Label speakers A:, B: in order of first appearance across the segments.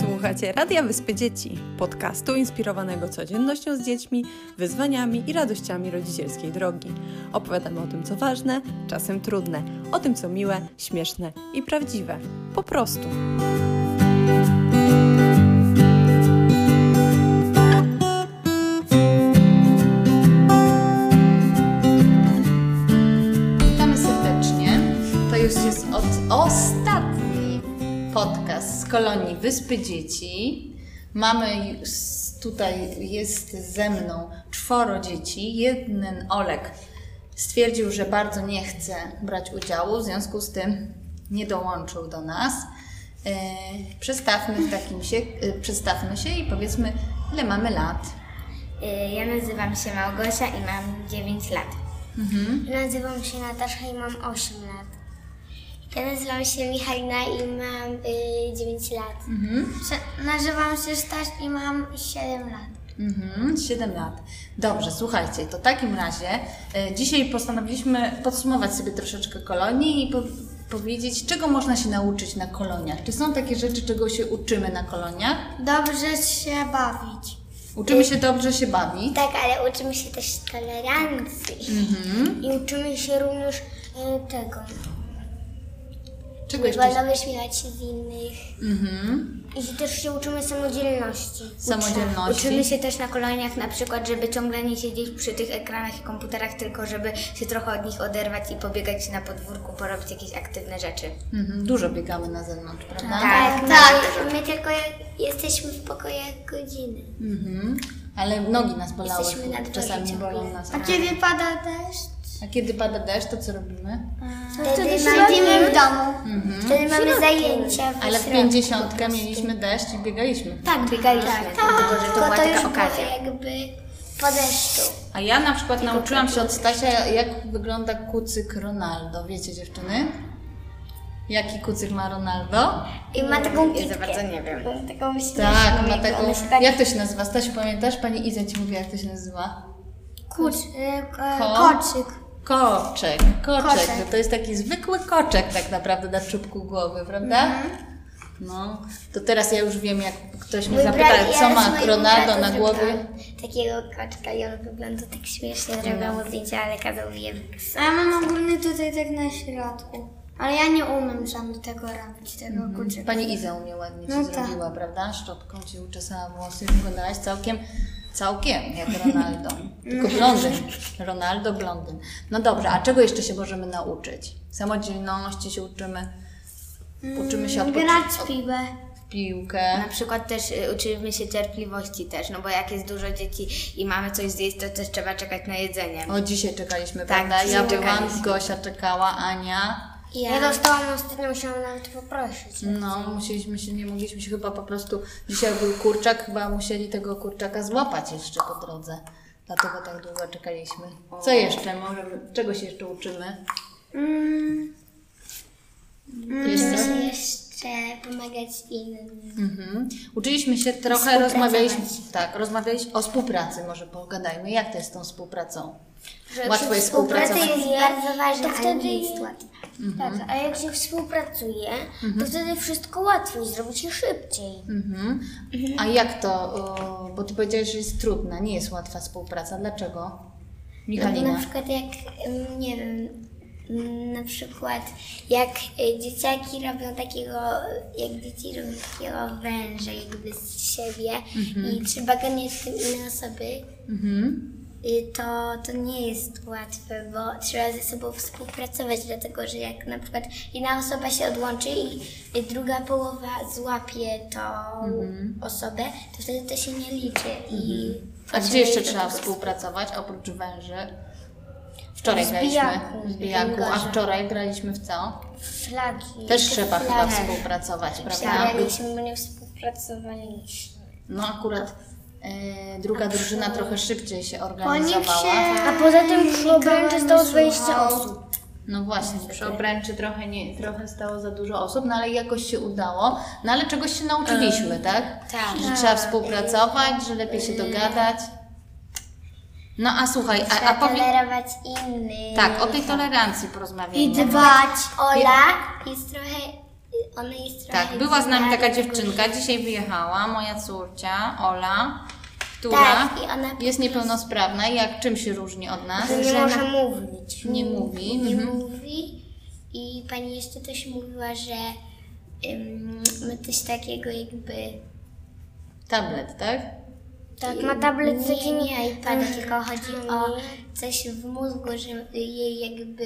A: Słuchacie Radia Wyspy Dzieci, podcastu inspirowanego codziennością z dziećmi, wyzwaniami i radościami rodzicielskiej drogi. Opowiadamy o tym, co ważne, czasem trudne, o tym, co miłe, śmieszne i prawdziwe. Po prostu.
B: Witamy serdecznie. To już jest od ostatni podcast z kolonii Wyspy Dzieci. Mamy już tutaj, jest ze mną czworo dzieci. Jeden Olek stwierdził, że bardzo nie chce brać udziału, w związku z tym nie dołączył do nas. E, Przestawmy, w takim się, e, przestawmy się i powiedzmy, ile mamy lat.
C: Y, Ja nazywam się Małgosia i mam 9 lat.
D: Nazywam się Natasza i mam 8 lat.
C: Ja nazywam się Michalina i mam y, 9 lat.
D: Prze- nazywam się Staś i mam 7 lat.
B: Mhm, 7 lat. Dobrze, słuchajcie, to w takim razie e, dzisiaj postanowiliśmy podsumować sobie troszeczkę kolonii i po powiedzieć, czego można się nauczyć na koloniach. Czy są takie rzeczy, czego się uczymy na koloniach?
D: Dobrze się bawić.
B: Uczymy się dobrze się bawić.
C: Tak, ale uczymy się też tolerancji.
D: I uczymy się również y, tego.
B: Czego jeszcze? się-
C: Wolno wyśmiewać się z innych.
B: Mhm.
D: I też się uczymy samodzielności.
B: Samodzielności.
E: Uczymy się też na koloniach na przykład, żeby ciągle nie siedzieć przy tych ekranach i komputerach, tylko żeby się trochę od nich oderwać i pobiegać na podwórku, porobić jakieś aktywne rzeczy.
B: Mhm. Dużo biegamy na zewnątrz, prawda?
E: Tak,
C: tak. My tylko jak- jesteśmy w pokojach godziny.
B: Mhm. Ale nogi nas bolały,
C: Jesteśmy na dworze
B: czasami
C: ciągle.
B: bolą nas.
D: A kiedy pada deszcz?
B: A kiedy pada deszcz, to co robimy?
C: Wtedy
D: Siedzimy w domu.
C: Wtedy mamy zajęcia w
B: Ale w
C: środku.
B: 50 mieliśmy deszcz i biegaliśmy.
E: tak biegaliśmy, dlatego że to
C: Tylko
E: była
C: to już
E: taka
C: było
E: okazja.
C: jakby po deszczu.
B: A ja na przykład nauczyłam się od
C: tak.
B: Stasia, jak wygląda kucyk Ronaldo. Wiecie dziewczyny? Jaki kucyk ma Ronaldo?
C: I ma taką
E: Ja
C: kitkę.
E: za bardzo nie wiem.
C: Ma Taką
B: Tak, ma
C: śmieszną,
B: taką...
C: ona się tak
B: Jak to się nazywa? Stasiu, pamiętasz? Pani Iza ci mówi, jak to się nazywa?
D: Kurcz,
C: e,
D: y, k-
B: Ko?
D: koczyk.
B: Koczek, koczek.
D: Koczek.
B: To jest taki zwykły koczek tak naprawdę na czubku głowy, prawda?
C: Mhm.
B: No, to teraz ja już wiem, jak ktoś mnie zapyta,
C: Wybrali-
B: co
C: ja z
B: ma
C: mojego
B: Ronaldo
C: brata
B: na głowie.
C: zrobiłam Takiego kaczka i on wygląda tak śmiesznie,
B: No.
C: zrobiłam mu zdjęcie, ale kazał mi je wykreślić.
D: A ja mam ogólny tutaj tak na środku. Ale ja nie umiem sam do tego robić, tego kurczyka.
B: Mhm. Pani Iza u mnie ładnie ci
D: No tak.
B: zrobiła, prawda? Szczotką ci uczesała włosy, wyglądałaś całkiem, całkiem jak Ronaldo. Tylko blondyn. Ronaldo blondyn. No dobrze, a czego jeszcze się możemy nauczyć? Samodzielności się uczymy. Uczymy
E: Mm,
B: się
D: Grać w
B: odpoczywać
D: piłę.
B: w piłkę.
E: Na przykład też y, uczyliśmy się cierpliwości też, no bo jak jest dużo dzieci i mamy coś zjeść, to też trzeba czekać na jedzenie.
B: O, dzisiaj czekaliśmy,
E: Tak,
B: prawda?
E: dzisiaj
B: Ja byłam,
E: czekaliśmy.
B: Gosia czekała, Ania.
D: Ja, dostałam ostatnio, musiałam nawet poprosić.
B: No, musieliśmy się, nie mogliśmy się chyba po prostu. Dzisiaj był kurczak, chyba musieli tego kurczaka złapać jeszcze po drodze. Dlatego tak długo czekaliśmy. Co jeszcze? Możemy, czego się jeszcze uczymy? Mm.
D: Mm.
B: Jeszcze?
C: Musimy jeszcze pomagać innym.
B: Mhm. Uczyliśmy się trochę, rozmawialiśmy. Tak, rozmawialiśmy o współpracy. Może pogadajmy, jak to jest z tą współpracą. Łatwo jest
C: Współpraca
B: współpracować.
C: jest bardzo ważna,
D: to
C: ale
D: wtedy-
C: nie jest łatwa. Mhm.
D: Tak, a jak się współpracuje, to wtedy wszystko łatwiej zrobi się szybciej.
B: Mhm. A jak to? o, Bo ty powiedziałeś, że jest trudna, nie jest łatwa współpraca. Dlaczego?
C: No, Na
B: Michalina.
C: przykład jak, mm, nie wiem, mm, na przykład jak y, dzieciaki robią takiego, jak dzieci robią takiego węża jakby z siebie i trzeba go nie z tym innej osoby,
B: Mhm.
C: I to, to nie jest łatwe, bo trzeba ze sobą współpracować, dlatego że jak na przykład jedna osoba się odłączy i i druga połowa złapie tą
B: Mhm.
C: osobę, to wtedy to się nie liczy. I
B: A
C: potrzeba
B: gdzie jeszcze
C: Znaczy, jest do
B: trzeba
C: tego
B: współpracować oprócz węży? Wczoraj
C: W
B: graliśmy
C: zbijaku.
B: w zbijaku, a
C: Węgorza.
B: wczoraj graliśmy w co?
C: Flagi.
B: Też trzeba chyba
C: Flagi.
B: współpracować,
C: tak,
B: prawda?
C: Przegraliśmy, bo nie współpracowaliśmy.
B: No akurat e, druga drużyna trochę szybciej się
D: Po nich się...
B: organizowała.
D: A poza tym przy obręczy stało 20 osób.
B: No właśnie, przy obręczy trochę, nie, trochę stało za dużo osób, no ale jakoś się udało. No ale czegoś się nauczyliśmy, tak?
E: tak.
B: Że trzeba współpracować, że lepiej się dogadać. No a słuchaj, a, a
C: Trzeba
B: powie...
C: tolerować innych.
B: Tak, o tej tolerancji porozmawiamy.
D: I dbać.
C: Ola jest trochę Ona jest trochę
B: Tak, była z nami
C: dziwna,
B: taka
C: dlatego,
B: dziewczynka,
C: że-
B: dzisiaj wyjechała, moja córcia, Ola, która
C: Tak, i ona
B: jest niepełnosprawna i jak czym się różni od nas?
C: nie może mówić.
B: Nie mówi.
C: Nie
B: Mhm.
C: mówi. I pani jeszcze też mówiła, że ym, ma coś takiego jakby...
B: Tablet, tak?
D: Tak, ma tablet
C: Nie,
D: codziennie.
C: nie iPada, tylko chodzi o coś w mózgu, że jej jakby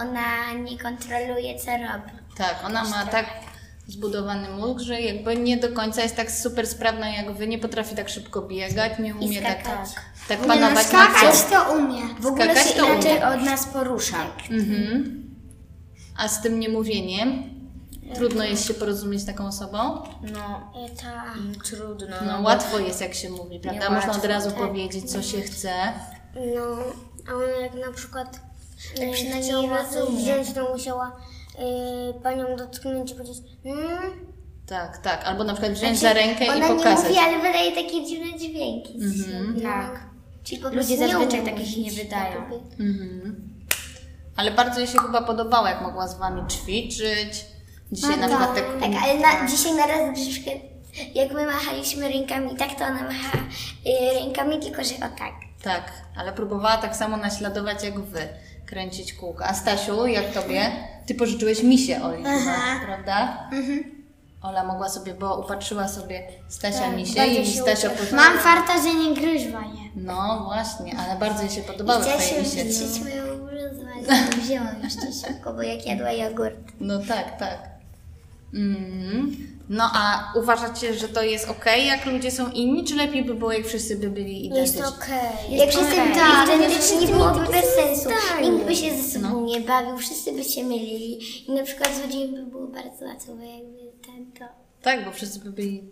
C: ona nie kontroluje, co robi.
B: Tak, ona ma tak zbudowany mózg, że jakby nie do końca jest tak super sprawna jak wy, nie potrafi tak szybko biegać, nie umie tak,
C: skakać.
B: tak
D: Nie no,
B: panować nad
D: skakać
B: sobą.
D: to umie.
E: W ogóle
B: Skakać
E: się
B: to umie.
E: inaczej od nas porusza.
B: Mhm. A z tym niemówieniem trudno jest się porozumieć z taką osobą?
E: No,
C: Tak.
E: mm, trudno.
B: No łatwo jest jak się mówi, prawda? Można od
E: Niełatwo,
C: tak.
B: razu powiedzieć co się chce.
D: No, a ona jak na przykład y,
C: Tak przynajmniej
D: chciała
C: rozumie.
D: wziąć, to musiała y, panią dotknąć i powiedzieć mm, znaczy,
B: Tak, tak. Albo na przykład wziąć za rękę i
C: Znaczy, Ona nie
B: pokazać.
C: mówi, ale wydaje takie dziwne dźwięki.
E: Tak.
C: Czyli po prostu
E: Ludzie
C: nie
E: zazwyczaj
C: umie
E: takich nie
C: mówić.
E: wydają.
B: Ale bardzo jej się chyba podobało, jak mogła z wami ćwiczyć. Dzisiaj na przykład tak
C: Tak, ale na, dzisiaj na raz Grzyszkę, jak my machaliśmy rękami tak, to ona macha y, rękami, tylko że o tak.
B: Tak, ale próbowała tak samo naśladować jak wy, kręcić kółka. A Stasiu, jak tobie? Ty pożyczyłeś misie Oli chyba, prawda?
C: Mhm.
B: Ola mogła sobie, bo upatrzyła sobie Stasia
C: Tak,
B: misie i Stasia pożyczyła.
D: mam farta, że nie gryźła je.
B: No właśnie, ale bardzo jej się podobały
C: Chciała
B: twoje misie.
C: się wrzucić moją bluzę, ale wzięłam jeszcze szybko, bo jak jadła jogurt.
B: No tak, tak. Mm. No a uważacie, że to jest okej, jak ludzie są inni, czy lepiej by było, jak wszyscy by byli identyczni?
D: okej.
C: Jak wszyscy
D: okej.
C: byli
D: Tak,
C: identyczni, byłoby bez sensu. Nikt by się ze sobą
B: No.
C: nie bawił, wszyscy by się mylili. I na przykład złodziej by było bardzo łatwo, bo jakby ten to...
B: Tak, bo wszyscy by byli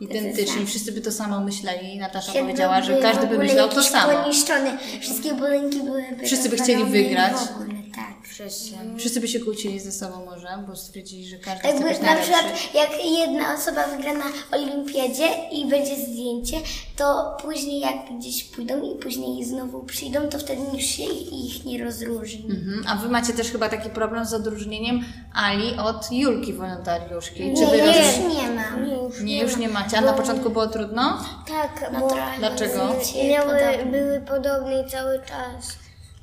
B: identyczni, wszyscy by to samo myśleli i Natasza
C: Świat
B: powiedziała, że
C: byłby
B: każdy
C: w
B: by
C: ogóle
B: myślał to
C: jakiś
B: samo.
C: Poniszczony. Wszystkie budynki byłyby
B: Wszyscy by
C: rozwalone
B: chcieli
C: i
B: wygrać.
C: W ogóle, tak.
E: Wszyscy.
B: Wszyscy by się kłócili ze sobą może, bo stwierdzili, że każdy chce być
C: Jakby na
B: najlepszy.
C: przykład jak jedna osoba wygra na olimpiadzie i będzie zdjęcie, to później jak gdzieś pójdą i później znowu przyjdą, to wtedy już się ich nie rozróżni.
B: Mhm. A wy macie też chyba taki problem z odróżnieniem Ali od Julki wolontariuszki.
C: Nie,
B: wy
C: ja
B: rozróż-
C: już nie mam.
B: nie, już nie macie. A na początku było trudno?
D: Tak,
C: No
D: bo
C: trochę
B: Dlaczego?
C: się
D: miały,
C: podoba.
D: były podobne i cały czas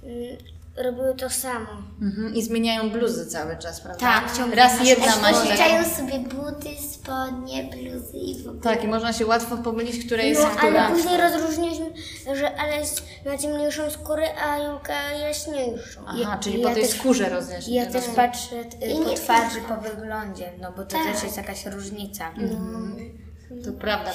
D: mm, robiły to samo.
B: Mhm. I zmieniają bluzy cały czas, prawda?
E: Tak, ciągle
B: Raz
E: masz-
B: jedna ma się
C: Pożyczają sobie buty, spodnie, bluzy i w ogóle.
B: Tak, i można się łatwo pomylić, która jest
D: No,
B: która.
D: ale później rozróżniliśmy, że Ale jest ma ciemniejszą skórę, a Julka jaśniejszą.
B: Aha, czyli
E: ja
B: po tej
E: też-
B: skórze no rozjaśnić.
E: Ja też patrzę
C: I
E: y, po
C: nie-
E: twarzy, po wyglądzie, no bo to też jest jakaś różnica.
B: To prawda,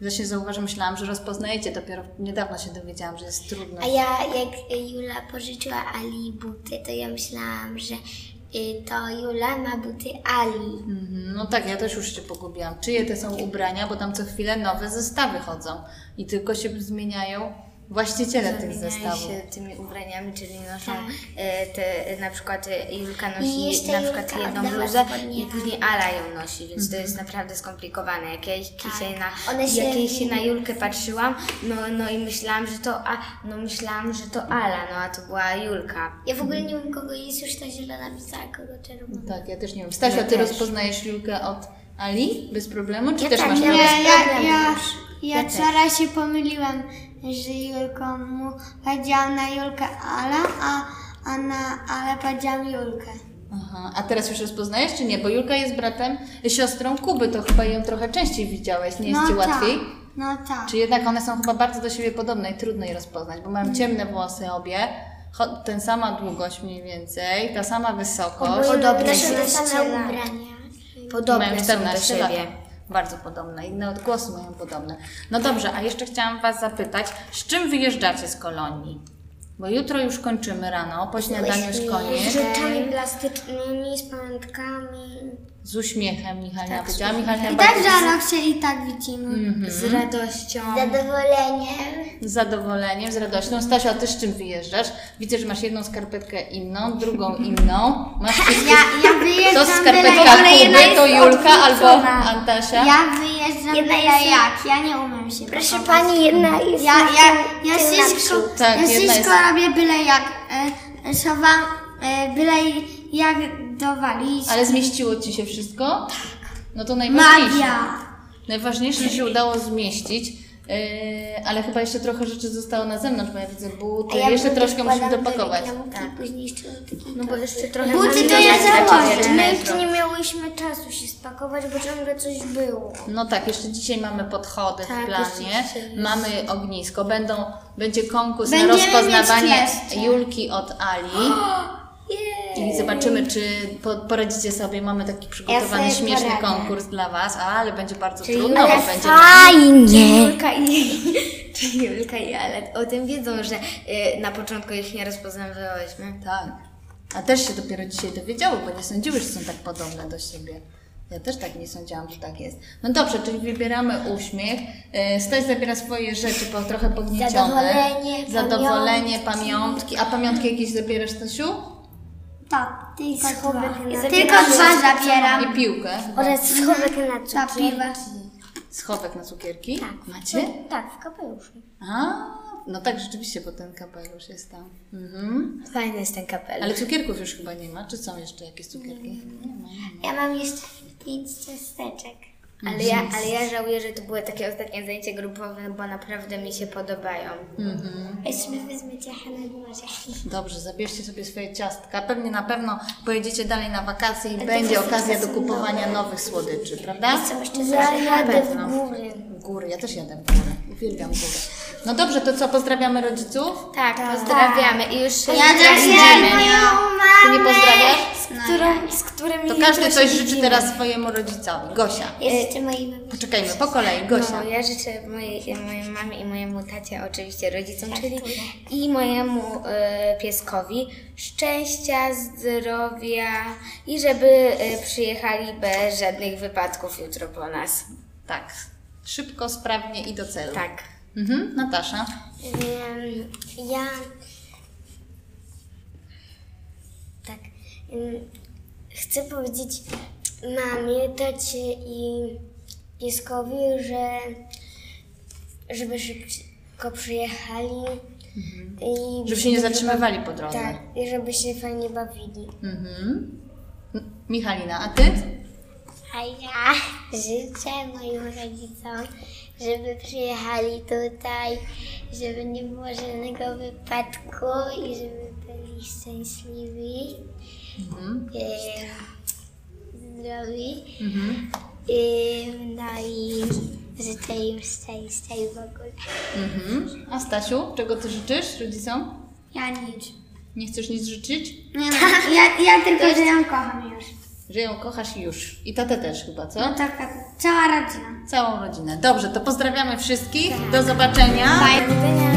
B: właśnie zauważyłam, myślałam, że rozpoznajecie, dopiero niedawno się dowiedziałam, że jest trudno.
C: A ja jak Jula pożyczyła Ali buty, to ja myślałam, że y, to Jula ma buty Ali.
B: Mhm, No tak, ja też już się pogubiłam. Czyje te są ubrania, bo tam co chwilę nowe zestawy chodzą i tylko się zmieniają właściciele
D: Tak,
B: tych
E: Zmieniają
B: zestawów.
E: się tymi ubraniami, czyli noszą e, te, e, na przykład e, Julka nosi
C: jeszcze
E: na przykład
C: Julka
E: jedną
C: oddała
E: bluzę
C: spodnie
E: i później Ala ją nosi, więc to
D: Mhm.
E: jest naprawdę skomplikowane. Jak ja ich-
D: Tak.
E: się na,
C: One się
E: jak ja się na
C: zmieniają.
E: Julkę patrzyłam, no, no i myślałam, że to a, no myślałam, że to Ala, no a to była Julka.
C: Ja w ogóle nie wiem, kogo jest już ta zielona pizza, a kogo czerwona.
B: Tak, ja też nie wiem. Stasia, ty rozpoznajesz Julkę od Ali bez problemu, czy też
C: tak,
B: masz
C: ja-
B: problem?
D: Ja, ja, ja,
E: Ja
D: ja
E: też.
D: wczoraj się pomyliłam, że Julką mu powiedziałam na Julkę Ala, a, a na Ale powiedziałam Julkę.
B: Aha, a teraz już rozpoznajesz, czy nie? Bo Julka jest bratem, y, siostrą Kuby, to chyba ją trochę częściej widziałeś, nie jest ci łatwiej?
D: Tak, no tak.
B: Czy jednak one są chyba bardzo do siebie podobne i trudno je rozpoznać, bo
D: Mm.
B: mają ciemne włosy obie, cho- ten sama długość mniej więcej, ta sama wysokość.
E: Podobne
C: Noszą te
E: jest
C: same
E: ścielane.
C: ubrania.
E: Podobne są do
B: 14 lat.
E: siebie.
B: Bardzo podobne, inne odgłosy mają podobne. No dobrze, a jeszcze chciałam Was zapytać, z czym wyjeżdżacie z kolonii? Bo jutro już kończymy rano, po śniadaniu już koniec.
C: Mhm.
D: rzeczami plastycznymi, z pamiątkami.
B: Z uśmiechem Michalina powiedziała. Michalina
D: I
B: bardzo
D: tak rano się i tak widzimy.
E: Z radością.
C: Zadowoleniem.
B: z zadowoleniem, z radością. Stasia, ty z czym wyjeżdżasz? Widzę, że masz jedną skarpetkę inną, drugą inną. Masz wszystkie...
D: Ja
B: To
D: wyjeżdżam
B: skarpetka
D: byle jak.
B: Kuby, to Julka albo Antasia.
D: Ja wyjeżdżam
C: Jedna
D: byle
C: jest-
D: jak, ja nie umiem się
C: Proszę
D: pakować.
C: pani, jedna jest
D: Ja,
C: na
D: ja,
C: tył-
D: ja
C: tył
D: wszystko,
C: naprzód.
B: Tak,
D: ja
B: jedna
D: wszystko robię byle jak. E, e, Schowam e, byle jak do walizki.
B: Ale zmieściło ci się wszystko? No to najważniejsze.
D: Tak. Magia!
B: Najważniejsze, że się udało zmieścić. Yy, ale chyba jeszcze trochę rzeczy zostało na zewnątrz, bo ja widzę buty. jeszcze troszkę musimy dopakować.
C: Tak. Później jeszcze mam taki
E: No bo jeszcze trochę...
D: Buty
E: mamy
D: to
E: do
D: ja
E: zabrać
D: założę.
E: jeszcze.
C: My jeszcze nie miałyśmy czasu się spakować, bo ciągle coś było.
B: No tak, jeszcze dzisiaj mamy podchody w
C: Tak,
B: planie,
C: jeszcze dzisiaj jest.
B: mamy ognisko, będą, będzie konkurs na
D: Będziemy
B: rozpoznawanie
D: mieć kleszcze.
B: Julki od Ali. I zobaczymy, czy po, poradzicie sobie. Mamy taki
D: sobie
B: przygotowany śmieszny
D: poradzę.
B: konkurs dla Was, ale będzie bardzo trudno, bo będzie.
E: Fajnie! Julka i, czy Julka i Ale o tym wiedzą, że y, na początku ich nie rozpoznawałyśmy.
B: Tak. A też się dopiero dzisiaj dowiedziały, bo nie sądziły, że są tak podobne do siebie. Ja też tak nie sądziłam, że tak jest. No dobrze, czyli wybieramy uśmiech. E, Staś zabiera swoje rzeczy, po, trochę podniecione.
C: Zadowolenie,
B: Zadowolenie, pamiątki. A pamiątki jakieś zabierasz, Stasiu?
D: Tak, tylko
C: Schowek
D: dwa.
C: na
D: Tylko dwa zabieram.
B: I piłkę. chyba.
C: Oraz schowek na
D: Na
C: cukier.
D: piwa.
B: Schowek na cukierki? Tak. Macie?
C: Tak, w kapeluszu.
B: A, no tak, rzeczywiście, bo ten kapelusz jest tam. Mhm.
E: Fajny jest ten kapel.
B: Ale cukierków już chyba nie ma. Czy są jeszcze jakieś cukierki? Nie ma.
C: Ja mam jeszcze pięć ciasteczek.
E: Ale ja, ale ja żałuję, że to były takie ostatnie zajęcie grupowe, bo naprawdę mi się podobają.
C: A jeszcze wezmę ciachę na dworze.
B: Dobrze, zabierzcie sobie swoje ciastka. Pewnie na pewno pojedziecie dalej na wakacje i będzie okazja do kupowania nowych słodyczy, prawda?
C: Ja jadę
E: pewno.
C: w góry.
B: Góry, ja też jadę w górę. Uwielbiam góry. No dobrze, to co, pozdrawiamy rodziców?
E: Tak, pozdrawiamy i już się
D: Ja też
E: widzimy.
B: Ty nie pozdrawiasz?
C: Którą, z którymi
B: To każdy coś życzy teraz swojemu rodzicowi. Gosia.
C: Jeszcze mojej mamy.
B: Poczekajmy, po kolei. Gosia.
E: No, ja życzę mojej, mojej mamie i mojemu tacie, oczywiście rodzicom, czyli i mojemu e, pieskowi szczęścia, zdrowia i żeby e, przyjechali bez żadnych wypadków jutro po nas.
B: Tak. Szybko, sprawnie i do celu.
E: Tak.
B: Mhm, Natasza.
C: Ym, Ja. Tak. ym, Chcę powiedzieć mamie, tacie i pieskowi, że żeby szybko przyjechali. I
B: Mhm. Żeby się nie zatrzymywali po drodze.
C: Tak, i żeby się fajnie bawili.
B: Mhm. M- Michalina, a ty?
C: A ja życzę moim rodzicom, żeby przyjechali tutaj, żeby nie było żadnego wypadku i żeby byli szczęśliwi, em, zdrowi. Em, no i życzę im szczęścia i w ogóle.
B: Mhm. A Stasiu, czego ty życzysz rodzicom?
D: Ja nic.
B: Nie chcesz nic życzyć?
D: Nie no, ja, ja tylko, że ją kocham już.
B: Że ją kochasz i już. I tatę też chyba, co?
D: No tak, tak. Cała rodzina.
B: Całą rodzinę. Dobrze, to pozdrawiamy wszystkich. Do zobaczenia.
C: Do widzenia.